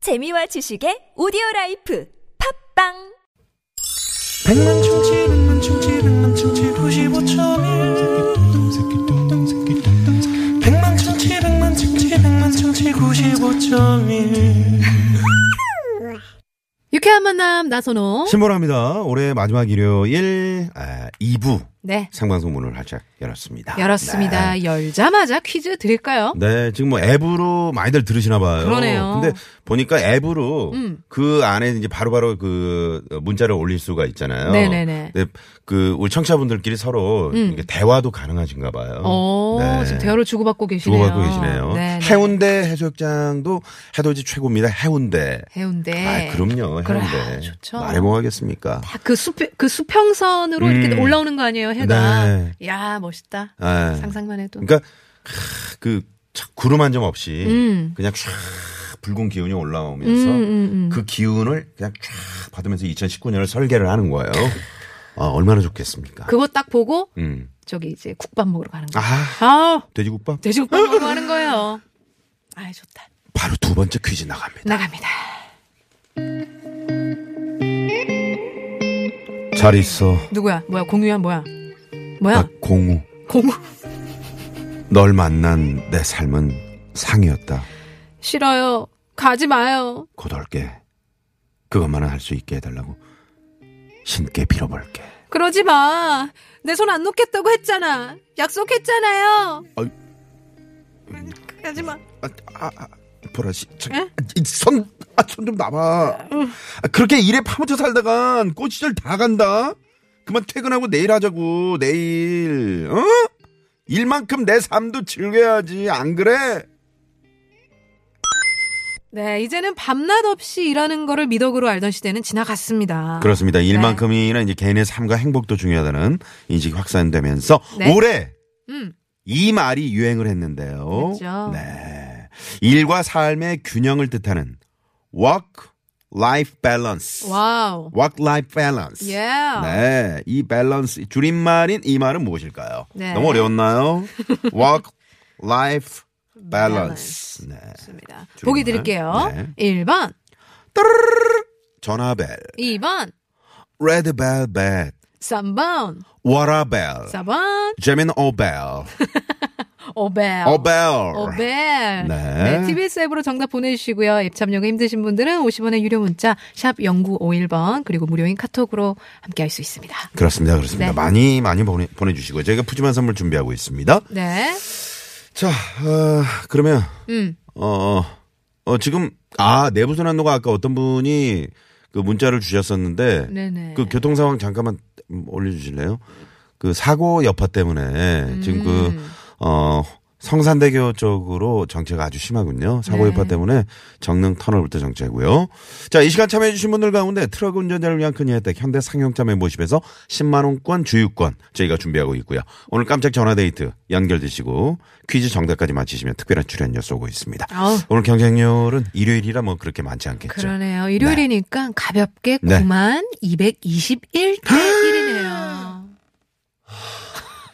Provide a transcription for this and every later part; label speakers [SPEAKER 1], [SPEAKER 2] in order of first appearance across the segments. [SPEAKER 1] 재미와 지식의 오디오 라이프 팝빵
[SPEAKER 2] 백만 충치 백만 충치 백만 충치 95.1 백만 충치 백만 충치 백만 충치 95.1
[SPEAKER 3] 유쾌한 만남 나선호.
[SPEAKER 4] 신보라입니다. 올해 마지막 일요일 아, 2부
[SPEAKER 3] 네.
[SPEAKER 4] 생방송 문을 활짝 열었습니다.
[SPEAKER 3] 열었습니다.
[SPEAKER 4] 네.
[SPEAKER 3] 열자마자 퀴즈 드릴까요?
[SPEAKER 4] 네, 지금 뭐 앱으로 많이들 들으시나 봐요.
[SPEAKER 3] 그러네요.
[SPEAKER 4] 근데 보니까 앱으로
[SPEAKER 3] 음.
[SPEAKER 4] 그 안에 이제 바로바로 그 문자를 올릴 수가 있잖아요.
[SPEAKER 3] 네네네. 음.
[SPEAKER 4] 근데 그 우리 청취자분들끼리 서로 이렇게 대화도 가능하신가 봐요.
[SPEAKER 3] 어,
[SPEAKER 4] 네.
[SPEAKER 3] 지금 대화를 주고받고 계시네요.
[SPEAKER 4] 주고받고 계시네요.
[SPEAKER 3] 네. 네.
[SPEAKER 4] 해운대 해수욕장도 해돋이 최고입니다. 해운대.
[SPEAKER 3] 해운대.
[SPEAKER 4] 아, 그럼요.
[SPEAKER 3] 네. 그래,
[SPEAKER 4] 해운대.
[SPEAKER 3] 아, 좋죠.
[SPEAKER 4] 말해 뭐 하겠습니까?
[SPEAKER 3] 다 그 수, 그 수평선으로 이렇게
[SPEAKER 4] 음.
[SPEAKER 3] 올라오는 거 아니에요, 해가.
[SPEAKER 4] 네.
[SPEAKER 3] 야, 멋있다.
[SPEAKER 4] 네.
[SPEAKER 3] 상상만 해도.
[SPEAKER 4] 그러니까 캬, 그 차- 구름 한 점 없이
[SPEAKER 3] 음.
[SPEAKER 4] 그냥 쫙 붉은 기운이 올라오면서
[SPEAKER 3] 음, 음, 음.
[SPEAKER 4] 그 기운을 그냥 쫙 받으면서 2019년을 설계를 하는 거예요. 아, 얼마나 좋겠습니까?
[SPEAKER 3] 그거 딱 보고
[SPEAKER 4] 음.
[SPEAKER 3] 저기 이제 국밥 먹으러 가는 거.
[SPEAKER 4] 아,
[SPEAKER 3] 아,
[SPEAKER 4] 돼지국밥
[SPEAKER 3] 돼지국밥 먹으러 가는 거예요. 아, 좋다.
[SPEAKER 4] 바로 두 번째 퀴즈 나갑니다.
[SPEAKER 3] 나갑니다.
[SPEAKER 4] 잘 있어.
[SPEAKER 3] 누구야? 뭐야? 공유야? 뭐야? 뭐야?
[SPEAKER 4] 나 공우.
[SPEAKER 3] 공유.
[SPEAKER 4] 널 만난 내 삶은 상이었다.
[SPEAKER 3] 싫어요. 가지 마요.
[SPEAKER 4] 고달게. 그것만은 할 수 있게 해달라고 신께 빌어볼게.
[SPEAKER 3] 그러지 마. 내 손 안 놓겠다고 했잖아. 약속했잖아요.
[SPEAKER 4] 어이.
[SPEAKER 3] 가지 마.
[SPEAKER 4] 아, 아, 아, 보라 씨, 저,
[SPEAKER 3] 에?
[SPEAKER 4] 이 손, 아, 손좀 놔봐.
[SPEAKER 3] 어.
[SPEAKER 4] 아, 그렇게 일에 파묻혀 살다간 꽃시절 다 간다. 그만 퇴근하고 내일 하자고 내일, 어? 일만큼 내 삶도 즐겨야지 안 그래?
[SPEAKER 3] 네, 이제는 밤낮 없이 일하는 거를 미덕으로 알던 시대는 지나갔습니다.
[SPEAKER 4] 그렇습니다. 일만큼이나 이제 개인의 삶과 행복도 중요하다는 인식이 확산되면서
[SPEAKER 3] 네.
[SPEAKER 4] 올해
[SPEAKER 3] 음,
[SPEAKER 4] 이 말이 유행을 했는데요.
[SPEAKER 3] 그렇죠.
[SPEAKER 4] 네. 일과 삶의 균형을 뜻하는 work life balance.
[SPEAKER 3] 와우.
[SPEAKER 4] work life balance.
[SPEAKER 3] 예.
[SPEAKER 4] 네. 이 밸런스 줄임말인 이 말은 무엇일까요?
[SPEAKER 3] 네.
[SPEAKER 4] 너무 어려웠나요? work life balance. 네.
[SPEAKER 3] 좋습니다.
[SPEAKER 4] 줄임말.
[SPEAKER 3] 보기 드릴게요.
[SPEAKER 4] 네.
[SPEAKER 3] 1번,
[SPEAKER 4] 전화벨,
[SPEAKER 3] 2번,
[SPEAKER 4] 레드벨벳,
[SPEAKER 3] 3번,
[SPEAKER 4] 워라벨,
[SPEAKER 3] 4번,
[SPEAKER 4] 제민 오벨,
[SPEAKER 3] 오벨.
[SPEAKER 4] 오벨.
[SPEAKER 3] 오벨.
[SPEAKER 4] 네.
[SPEAKER 3] TBS 앱으로 정답 보내주시고요. 앱 참여가 힘드신 분들은 50원의 유료 문자, 샵 0951번, 그리고 무료인 카톡으로 함께 할 수 있습니다.
[SPEAKER 4] 그렇습니다. 그렇습니다.
[SPEAKER 3] 네.
[SPEAKER 4] 많이 많이 보내, 보내주시고요. 저희가 푸짐한 선물 준비하고 있습니다.
[SPEAKER 3] 네.
[SPEAKER 4] 자, 어, 그러면
[SPEAKER 3] 음.
[SPEAKER 4] 어, 어, 어, 지금 아 내부선 안도가 아까 어떤 분이 그 문자를 주셨었는데
[SPEAKER 3] 네네.
[SPEAKER 4] 그 교통 상황 잠깐만 음, 올려주실래요? 그 사고 여파 때문에 지금
[SPEAKER 3] 음.
[SPEAKER 4] 그 어. 성산대교 쪽으로 정체가 아주 심하군요. 사고
[SPEAKER 3] 네.
[SPEAKER 4] 여파 때문에 정릉 터널부터 정체고요. 자, 이 시간 참여해주신 분들 가운데 트럭 운전자를 위한 큰 혜택 현대 상용차 멤버십에서 10만원권 주유권 저희가 준비하고 있고요. 오늘 깜짝 전화데이트 연결되시고 퀴즈 정답까지 맞히시면 특별한 출연료 쏘고 있습니다.
[SPEAKER 3] 아우.
[SPEAKER 4] 오늘 경쟁률은 일요일이라 뭐 그렇게 많지 않겠죠.
[SPEAKER 3] 그러네요. 일요일이니까 가볍게
[SPEAKER 4] 네. 아!
[SPEAKER 3] 9만 221대 1이네요.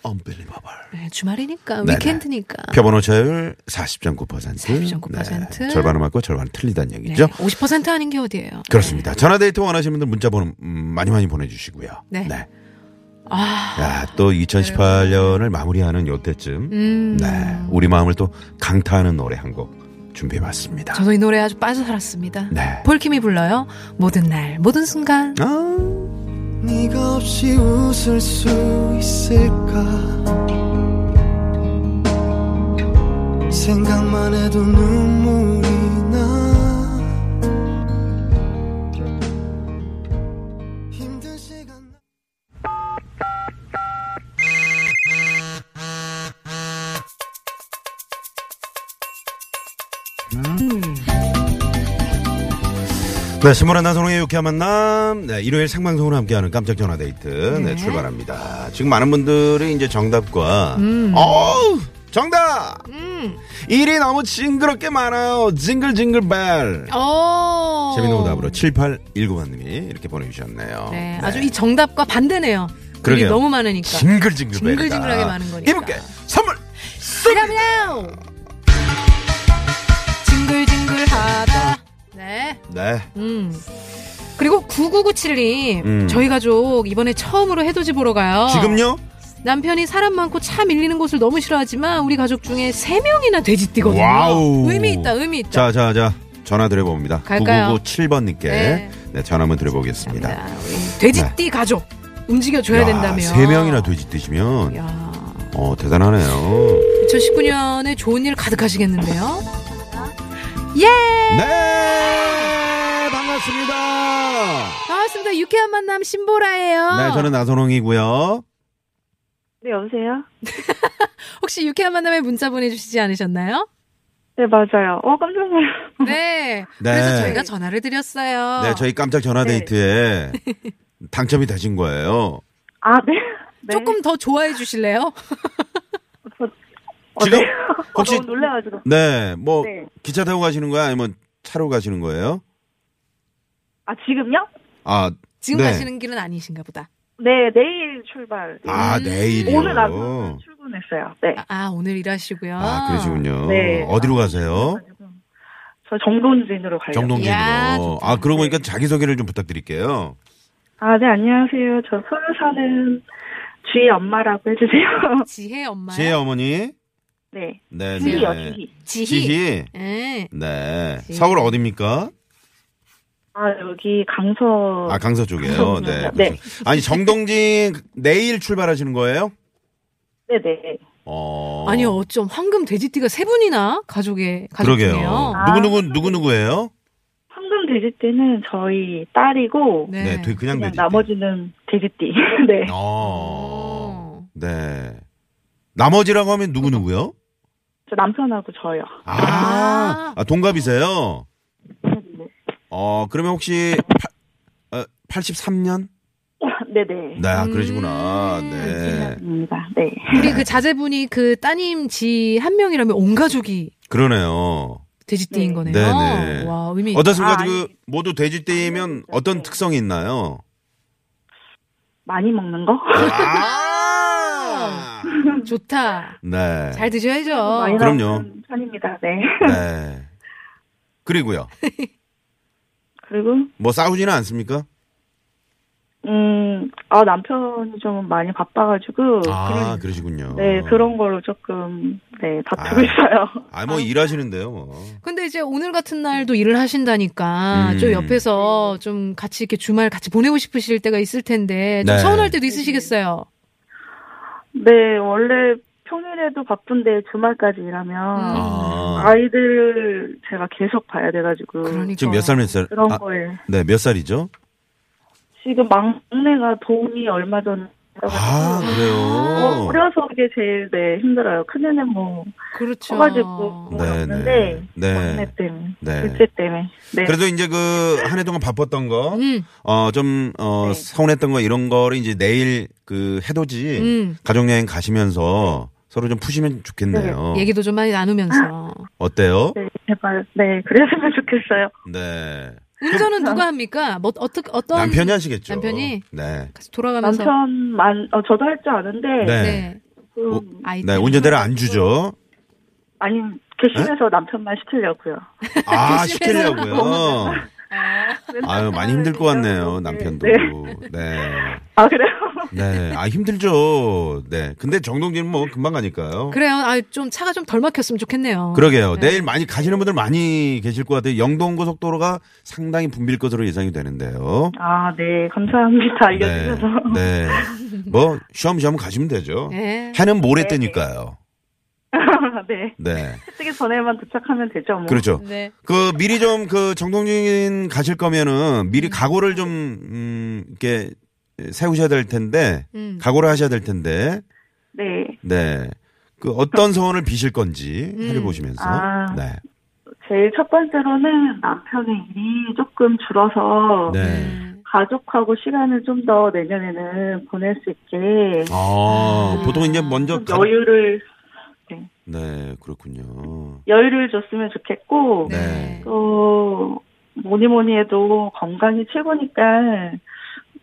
[SPEAKER 4] Unbelievable.
[SPEAKER 3] 네, 주말이니까,
[SPEAKER 4] 네네.
[SPEAKER 3] 위켄드니까.
[SPEAKER 4] 표본 오차율 40.9%.
[SPEAKER 3] 40.9%.
[SPEAKER 4] 절반은 맞고 절반은 틀리다는
[SPEAKER 3] 네.
[SPEAKER 4] 얘기죠.
[SPEAKER 3] 50% 아닌 게 어디예요.
[SPEAKER 4] 그렇습니다. 전화데이트 원하시는 분들 문자 번호 음, 많이 많이 보내주시고요.
[SPEAKER 3] 네. 아.
[SPEAKER 4] 야, 또 2018년을 마무리하는 요때쯤
[SPEAKER 3] 음.
[SPEAKER 4] 네. 우리 마음을 또 강타하는 노래 한 곡 준비해봤습니다.
[SPEAKER 3] 저도 이 노래 아주 빠져 살았습니다.
[SPEAKER 4] 네.
[SPEAKER 3] 폴킴이 불러요. 모든 날, 모든 순간.
[SPEAKER 4] 아.
[SPEAKER 2] 네가 없이 웃을 수 있을까 생각만 해도 눈물이 나 힘든 시간
[SPEAKER 4] 네, 신문한 나선홍의 유쾌한 만남. 네, 일요일 생방송으로 함께하는 깜짝 전화 데이트. 네, 출발합니다. 지금 많은 분들이 이제 정답과, 어우! 정답!
[SPEAKER 3] 음.
[SPEAKER 4] 일이 너무 징그럽게 많아요. 징글징글 벨.
[SPEAKER 3] 어.
[SPEAKER 4] 재밌는 오답으로 7819번님이 이렇게 보내주셨네요.
[SPEAKER 3] 네, 아주 이 정답과 반대네요. 글이
[SPEAKER 4] 그러게요.
[SPEAKER 3] 너무 많으니까.
[SPEAKER 4] 징글징글 벨.
[SPEAKER 3] 징글징글하게 많은 거니까.
[SPEAKER 4] 이분께 선물!
[SPEAKER 3] 징글징글하다. 네.
[SPEAKER 4] 네.
[SPEAKER 3] 음. 그리고 9997님,
[SPEAKER 4] 음.
[SPEAKER 3] 저희 가족 이번에 처음으로 해돋이 보러 가요.
[SPEAKER 4] 지금요?
[SPEAKER 3] 남편이 사람 많고 차 밀리는 곳을 너무 싫어하지만 우리 가족 중에 세명이나 돼지띠거든요.
[SPEAKER 4] 와우.
[SPEAKER 3] 의미 있다, 의미 있다.
[SPEAKER 4] 자, 자, 자. 전화 드려봅니다.
[SPEAKER 3] 갈까요?
[SPEAKER 4] 9997번님께.
[SPEAKER 3] 네.
[SPEAKER 4] 네. 전화 한번 드려보겠습니다.
[SPEAKER 3] 감사합니다. 우리 돼지띠 가족 움직여줘야 된다며.
[SPEAKER 4] 네. 세 명이나 돼지뜨시면,
[SPEAKER 3] 야,
[SPEAKER 4] 어, 대단하네요.
[SPEAKER 3] 2019년에 좋은 일 가득하시겠는데요. 예!
[SPEAKER 4] 네! 반갑습니다.
[SPEAKER 3] 반갑습니다. 유쾌한 만남 신보라예요.
[SPEAKER 4] 네, 저는 나선홍이고요.
[SPEAKER 5] 네, 여보세요?
[SPEAKER 3] 혹시 유쾌한 만남에 문자 보내주시지 않으셨나요?
[SPEAKER 5] 네, 맞아요. 어, 깜짝 놀랐어요.
[SPEAKER 3] 네.
[SPEAKER 4] 네.
[SPEAKER 3] 그래서 저희가 전화를 드렸어요.
[SPEAKER 4] 네, 저희 깜짝 전화
[SPEAKER 5] 네.
[SPEAKER 4] 데이트에 당첨이 되신 거예요.
[SPEAKER 5] 아, 네. 네.
[SPEAKER 3] 조금 더 좋아해 주실래요?
[SPEAKER 5] 어,
[SPEAKER 4] 지금
[SPEAKER 5] 네.
[SPEAKER 4] 혹시-
[SPEAKER 5] 어, 너무 놀라가지고.
[SPEAKER 4] 네, 뭐,
[SPEAKER 5] 네.
[SPEAKER 4] 기차 타고 가시는 거예요? 아니면 차로 가시는 거예요?
[SPEAKER 5] 아, 지금요?
[SPEAKER 4] 아,
[SPEAKER 3] 지금
[SPEAKER 4] 네.
[SPEAKER 3] 가시는 길은 아니신가 보다.
[SPEAKER 5] 네, 내일 출발.
[SPEAKER 4] 아,
[SPEAKER 3] 음.
[SPEAKER 4] 내일이요.
[SPEAKER 5] 오늘 아침 출근했어요. 네.
[SPEAKER 3] 아, 아, 오늘 일하시고요.
[SPEAKER 4] 아, 그러시군요.
[SPEAKER 5] 네.
[SPEAKER 4] 어디로 가세요?
[SPEAKER 5] 그래가지고 저 정돈진으로 가려고.
[SPEAKER 3] 이야,
[SPEAKER 4] 정동진으로.
[SPEAKER 3] 좋다.
[SPEAKER 4] 아, 그러고 보니까 자기소개를 좀 부탁드릴게요.
[SPEAKER 5] 아, 네, 안녕하세요. 저 서울 사는 주희 엄마라고 해주세요.
[SPEAKER 3] 지혜 엄마.
[SPEAKER 4] 지혜 어머니.
[SPEAKER 5] 네.
[SPEAKER 4] 네,
[SPEAKER 5] 주희요,
[SPEAKER 4] 네.
[SPEAKER 5] 주희.
[SPEAKER 3] 지희.
[SPEAKER 4] 지희.
[SPEAKER 3] 예.
[SPEAKER 4] 네.
[SPEAKER 3] 지희.
[SPEAKER 4] 서울 어딥니까?
[SPEAKER 5] 아, 여기 강서.
[SPEAKER 4] 아, 강서 쪽이에요. 네.
[SPEAKER 5] 강서구나. 네.
[SPEAKER 4] 그렇죠. 아니, 정동진 내일 출발하시는 거예요?
[SPEAKER 5] 네네.
[SPEAKER 4] 어.
[SPEAKER 3] 아니 어쩜 황금 돼지띠가 세 분이나 가족의 가족
[SPEAKER 4] 그러게요.
[SPEAKER 3] 중에요.
[SPEAKER 5] 아.
[SPEAKER 4] 누구누구, 누구누구예요?
[SPEAKER 5] 황금 돼지 띠는 저희 딸이고,
[SPEAKER 4] 네, 아. 되- 그냥
[SPEAKER 5] 그냥
[SPEAKER 4] 되지.
[SPEAKER 5] 나머지는 돼지띠. 네.
[SPEAKER 4] 어.
[SPEAKER 3] 어.
[SPEAKER 4] 네. 나머지라고 하면 누구누구요?
[SPEAKER 5] 저 남편하고 저요.
[SPEAKER 4] 아,
[SPEAKER 3] 아.
[SPEAKER 4] 아, 동갑이세요?
[SPEAKER 5] 네.
[SPEAKER 4] 어, 그러면 혹시 팔, 어, 83년?
[SPEAKER 5] 네네.
[SPEAKER 4] 네, 아, 그러시구나.
[SPEAKER 3] 음,
[SPEAKER 4] 네.
[SPEAKER 5] 입니다. 네.
[SPEAKER 3] 우리 그 자제분이 그 따님 지 한 명이라면 온 가족이
[SPEAKER 4] 그러네요.
[SPEAKER 3] 돼지띠인
[SPEAKER 5] 네.
[SPEAKER 3] 거네요.
[SPEAKER 4] 네네.
[SPEAKER 3] 와 의미.
[SPEAKER 4] 어떻습니까?
[SPEAKER 5] 아,
[SPEAKER 4] 그
[SPEAKER 5] 아니.
[SPEAKER 4] 모두 돼지띠면 어떤
[SPEAKER 5] 네.
[SPEAKER 4] 특성이 있나요?
[SPEAKER 5] 많이 먹는 거?
[SPEAKER 4] 아!
[SPEAKER 3] 좋다.
[SPEAKER 4] 네.
[SPEAKER 3] 잘 드셔야죠.
[SPEAKER 5] 많이
[SPEAKER 4] 그럼요.
[SPEAKER 5] 나오는 편입니다. 네.
[SPEAKER 4] 네. 그리고요.
[SPEAKER 5] 그리고
[SPEAKER 4] 뭐 싸우지는 않습니까?
[SPEAKER 5] 음, 아 남편이 좀 많이 바빠가지고
[SPEAKER 4] 아,
[SPEAKER 5] 어, 그런-
[SPEAKER 4] 그러시군요.
[SPEAKER 5] 네 그런 걸로 조금 네 다투고
[SPEAKER 4] 아.
[SPEAKER 5] 있어요.
[SPEAKER 4] 아, 뭐 일하시는데요,
[SPEAKER 5] 음.
[SPEAKER 4] 뭐.
[SPEAKER 3] 근데 이제 오늘 같은 날도 일을 하신다니까
[SPEAKER 4] 음.
[SPEAKER 3] 좀 옆에서 좀 같이 이렇게 주말 같이 보내고 싶으실 때가 있을 텐데 좀
[SPEAKER 4] 네.
[SPEAKER 3] 서운할 때도 있으시겠어요.
[SPEAKER 5] 네 원래 평일에도 바쁜데 주말까지 일하면
[SPEAKER 4] 아.
[SPEAKER 5] 아이들 제가 계속 봐야 돼가지고
[SPEAKER 3] 그러니까
[SPEAKER 4] 지금 몇 살 몇 살?
[SPEAKER 5] 그런
[SPEAKER 4] 아,
[SPEAKER 5] 거에
[SPEAKER 4] 네, 몇 살이죠?
[SPEAKER 5] 지금 막내가 도움이 얼마 전에
[SPEAKER 4] 아,
[SPEAKER 5] 있어가지고 어,
[SPEAKER 4] 그래요.
[SPEAKER 5] 어려서 그게 제일 네 힘들어요. 큰애는 뭐
[SPEAKER 3] 그렇죠.
[SPEAKER 5] 커가지고
[SPEAKER 4] 네, 네.
[SPEAKER 5] 없는데
[SPEAKER 4] 네.
[SPEAKER 5] 막내 때문에
[SPEAKER 4] 네.
[SPEAKER 5] 둘째 때문에 네.
[SPEAKER 4] 그래도 이제 그 한 해 동안 바빴던 거,
[SPEAKER 3] 음,
[SPEAKER 4] 어, 좀, 어,
[SPEAKER 5] 네.
[SPEAKER 4] 서운했던 거 이런 거를 이제 내일 그 해돋이
[SPEAKER 3] 음.
[SPEAKER 4] 가족여행 가시면서 서로 좀 푸시면 좋겠네요.
[SPEAKER 3] 얘기도 좀 많이 나누면서
[SPEAKER 4] 어때요?
[SPEAKER 5] 네, 제발 네 그랬으면 좋겠어요.
[SPEAKER 4] 네.
[SPEAKER 3] 운전은
[SPEAKER 5] 어.
[SPEAKER 3] 누가 합니까? 뭐 어떻게 어떤
[SPEAKER 4] 남편이 하시겠죠.
[SPEAKER 3] 남편이?
[SPEAKER 4] 네.
[SPEAKER 3] 같이 돌아가면서
[SPEAKER 5] 남편만 어, 저도 할 줄 아는데
[SPEAKER 4] 네.
[SPEAKER 3] 네.
[SPEAKER 5] 좀
[SPEAKER 4] 오,
[SPEAKER 3] 아이
[SPEAKER 4] 네,
[SPEAKER 3] 때문에.
[SPEAKER 4] 운전대를 안 주죠.
[SPEAKER 5] 아니 괘씸해서
[SPEAKER 4] 네?
[SPEAKER 5] 남편만 시키려고요.
[SPEAKER 4] 아, 시키려고요. 아유, 많이 힘들 것 같네요, 남편도.
[SPEAKER 5] 네.
[SPEAKER 4] 네.
[SPEAKER 5] 아 그래요?
[SPEAKER 4] 네. 아, 힘들죠. 네. 근데 정동진은 뭐 금방 가니까요.
[SPEAKER 3] 그래요. 아, 좀 차가 좀 덜 막혔으면 좋겠네요.
[SPEAKER 4] 그러게요.
[SPEAKER 3] 네.
[SPEAKER 4] 내일 많이 가시는 분들 많이 계실 것 같아요. 영동고속도로가 상당히 붐빌 것으로 예상이 되는데요.
[SPEAKER 5] 아 네 감사합니다
[SPEAKER 4] 네.
[SPEAKER 5] 알려주셔서.
[SPEAKER 4] 네. 뭐, 쉬엄쉬엄 가시면 되죠.
[SPEAKER 3] 네.
[SPEAKER 4] 해는 모레 뜨니까요.
[SPEAKER 5] 네
[SPEAKER 4] 네.
[SPEAKER 5] 쓰기 전에만 도착하면 되죠 뭐.
[SPEAKER 4] 그렇죠.
[SPEAKER 3] 네.
[SPEAKER 4] 그 미리 좀 그 정동진 가실 거면은 미리 각오를 좀 음, 이렇게 세우셔야 될 텐데
[SPEAKER 3] 음.
[SPEAKER 4] 각오를 하셔야 될 텐데
[SPEAKER 5] 네.
[SPEAKER 4] 네. 그 어떤 소원을 비실 건지
[SPEAKER 3] 음.
[SPEAKER 4] 해를 보시면서
[SPEAKER 5] 아.
[SPEAKER 4] 네.
[SPEAKER 5] 제일 첫 번째로는 남편의 일이 조금 줄어서
[SPEAKER 4] 네.
[SPEAKER 5] 가족하고 시간을 좀 더 내년에는 보낼 수 있게
[SPEAKER 4] 아, 보통 이제 먼저
[SPEAKER 5] 좀
[SPEAKER 4] 가...
[SPEAKER 5] 여유를
[SPEAKER 4] 네, 그렇군요.
[SPEAKER 5] 여유를 줬으면 좋겠고
[SPEAKER 4] 네.
[SPEAKER 5] 또 뭐니 뭐니 해도 건강이 최고니까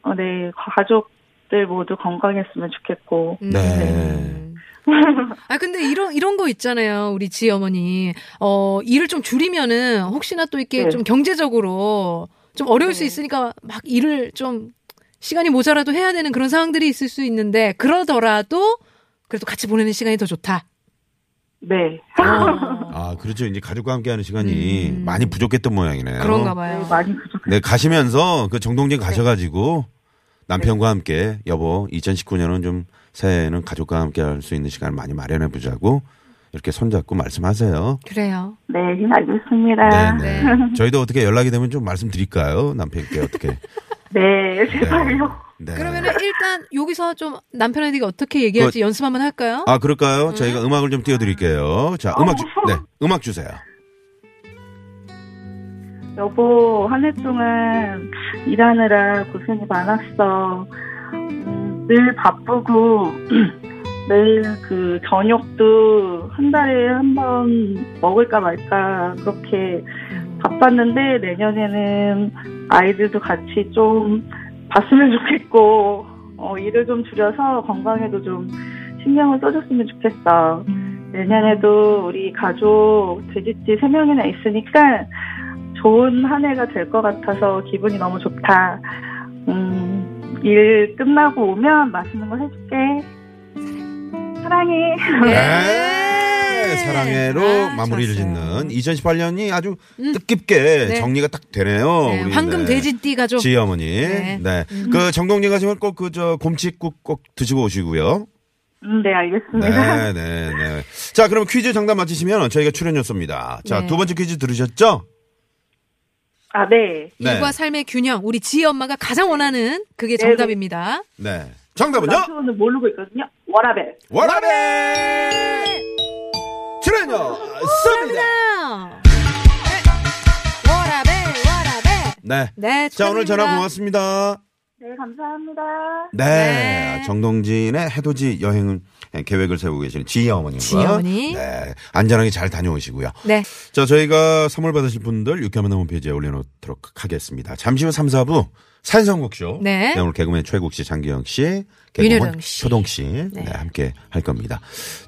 [SPEAKER 5] 어, 네 가족들 모두 건강했으면 좋겠고
[SPEAKER 3] 음.
[SPEAKER 4] 네.
[SPEAKER 3] 아 근데 이런 이런 거 있잖아요. 우리 지 어머니 어 일을 좀 줄이면은 혹시나 또 이렇게
[SPEAKER 5] 네.
[SPEAKER 3] 좀 경제적으로 좀 어려울 수 있으니까 막 일을 좀 시간이 모자라도 해야 되는 그런 상황들이 있을 수 있는데 그러더라도 그래도 같이 보내는 시간이 더 좋다.
[SPEAKER 5] 네.
[SPEAKER 3] 어.
[SPEAKER 4] 아, 그렇죠. 이제 가족과 함께하는 시간이
[SPEAKER 3] 음.
[SPEAKER 4] 많이 부족했던 모양이네요.
[SPEAKER 3] 그런가
[SPEAKER 5] 네,
[SPEAKER 3] 봐요.
[SPEAKER 5] 많이 부족.
[SPEAKER 4] 네, 가시면서 그
[SPEAKER 3] 네.
[SPEAKER 4] 정동진 가셔가지고 남편과 함께 여보 2019년은 좀 새해에는 가족과 함께 할 수 있는 시간을 많이 마련해 보자고 이렇게 손잡고 말씀하세요.
[SPEAKER 3] 그래요.
[SPEAKER 5] 네,
[SPEAKER 3] 아.
[SPEAKER 5] 알겠습니다.
[SPEAKER 4] 네, 네. 저희도 어떻게 연락이 되면 좀 말씀드릴까요? 남편께 어떻게.
[SPEAKER 5] 네,
[SPEAKER 4] 네.
[SPEAKER 5] 제발요.
[SPEAKER 4] 네.
[SPEAKER 3] 그러면은 일단 여기서 좀 남편에게 어떻게 얘기할지 연습 한번 할까요?
[SPEAKER 4] 아, 그럴까요? 저희가 음악을 좀 띄워드릴게요. 자, 음악 주,
[SPEAKER 3] 어.
[SPEAKER 4] 네, 음악 주세요.
[SPEAKER 5] 여보, 한 해 동안 일하느라 고생이 많았어. 음, 늘 바쁘고, 매일 그 저녁도 한 달에 한 번 먹을까 말까 그렇게 바빴는데 내년에는 아이들도 같이 좀 봤으면 좋겠고, 어, 일을 좀 줄여서 건강에도 좀 신경을 써줬으면 좋겠어. 내년에도 우리 가족 돼지띠 3명이나 있으니까 좋은 한 해가 될 것 같아서 기분이 너무 좋다. 음, 일 끝나고 오면 맛있는 거 해줄게. 사랑해.
[SPEAKER 3] 네.
[SPEAKER 4] 네, 사랑해로
[SPEAKER 3] 아,
[SPEAKER 4] 마무리를
[SPEAKER 3] 좋았어요.
[SPEAKER 4] 짓는 2018년이 아주
[SPEAKER 3] 음.
[SPEAKER 4] 뜻깊게
[SPEAKER 3] 네.
[SPEAKER 4] 정리가 딱 되네요.
[SPEAKER 3] 네,
[SPEAKER 4] 우리,
[SPEAKER 3] 황금
[SPEAKER 4] 네.
[SPEAKER 3] 돼지띠 가족.
[SPEAKER 4] 지희 어머니. 네.
[SPEAKER 3] 네.
[SPEAKER 4] 그 정동진 가시면 꼭 그 저 곰치국 꼭 드시고 오시고요.
[SPEAKER 5] 음, 네, 알겠습니다.
[SPEAKER 4] 네, 네, 네. 자, 그럼 퀴즈 정답 맞히시면 저희가 출연료 쏩니다. 자,
[SPEAKER 3] 네.
[SPEAKER 4] 두 번째 퀴즈 들으셨죠?
[SPEAKER 5] 아, 네.
[SPEAKER 4] 네.
[SPEAKER 3] 일과 삶의 균형. 우리 지희 엄마가 가장 원하는 그게
[SPEAKER 5] 네.
[SPEAKER 3] 정답입니다.
[SPEAKER 4] 네. 정답은요?
[SPEAKER 5] 남편은 모르고 뭐 있거든요. 워라벨.
[SPEAKER 4] 워라벨! 출연료 쏩니다!
[SPEAKER 3] 네. 워라벨, 워라벨.
[SPEAKER 4] 네.
[SPEAKER 3] 네,
[SPEAKER 4] 자, 오늘 전화
[SPEAKER 3] 축하드립니다.
[SPEAKER 4] 고맙습니다.
[SPEAKER 5] 네, 감사합니다.
[SPEAKER 4] 네.
[SPEAKER 3] 네.
[SPEAKER 4] 정동진의 해돋이 여행을 네, 계획을 세우고 계시는 지희 어머님과
[SPEAKER 3] 지희 어머니.
[SPEAKER 4] 네. 안전하게 잘 다녀오시고요.
[SPEAKER 3] 네.
[SPEAKER 4] 자, 저희가 선물 받으실 분들 육개만 홈페이지에 올려놓도록 하겠습니다. 잠시 후 3, 4부 산성국쇼.
[SPEAKER 3] 네.
[SPEAKER 4] 오늘 개그맨 최국 씨, 장기영 씨,
[SPEAKER 3] 윤여정
[SPEAKER 4] 개그맨
[SPEAKER 3] 씨.
[SPEAKER 4] 효동 씨. 네. 함께 할 겁니다.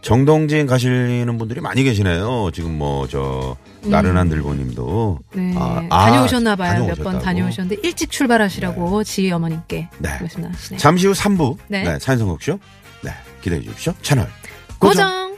[SPEAKER 4] 정동진 가시는 분들이 많이 계시네요. 지금 뭐, 저, 나른한 늘보님도.
[SPEAKER 3] 음. 네.
[SPEAKER 4] 아, 아,
[SPEAKER 3] 다녀오셨나 봐요. 몇 번
[SPEAKER 4] 다녀오셨다고.
[SPEAKER 3] 다녀오셨는데 일찍 출발하시라고 지희 어머님께
[SPEAKER 4] 네.
[SPEAKER 3] 말씀하시네요.
[SPEAKER 4] 잠시 후 3부. 네.
[SPEAKER 3] 네.
[SPEAKER 4] 산성국쇼. 네. 기대해 주십시오. 채널. 고정.
[SPEAKER 3] 고정.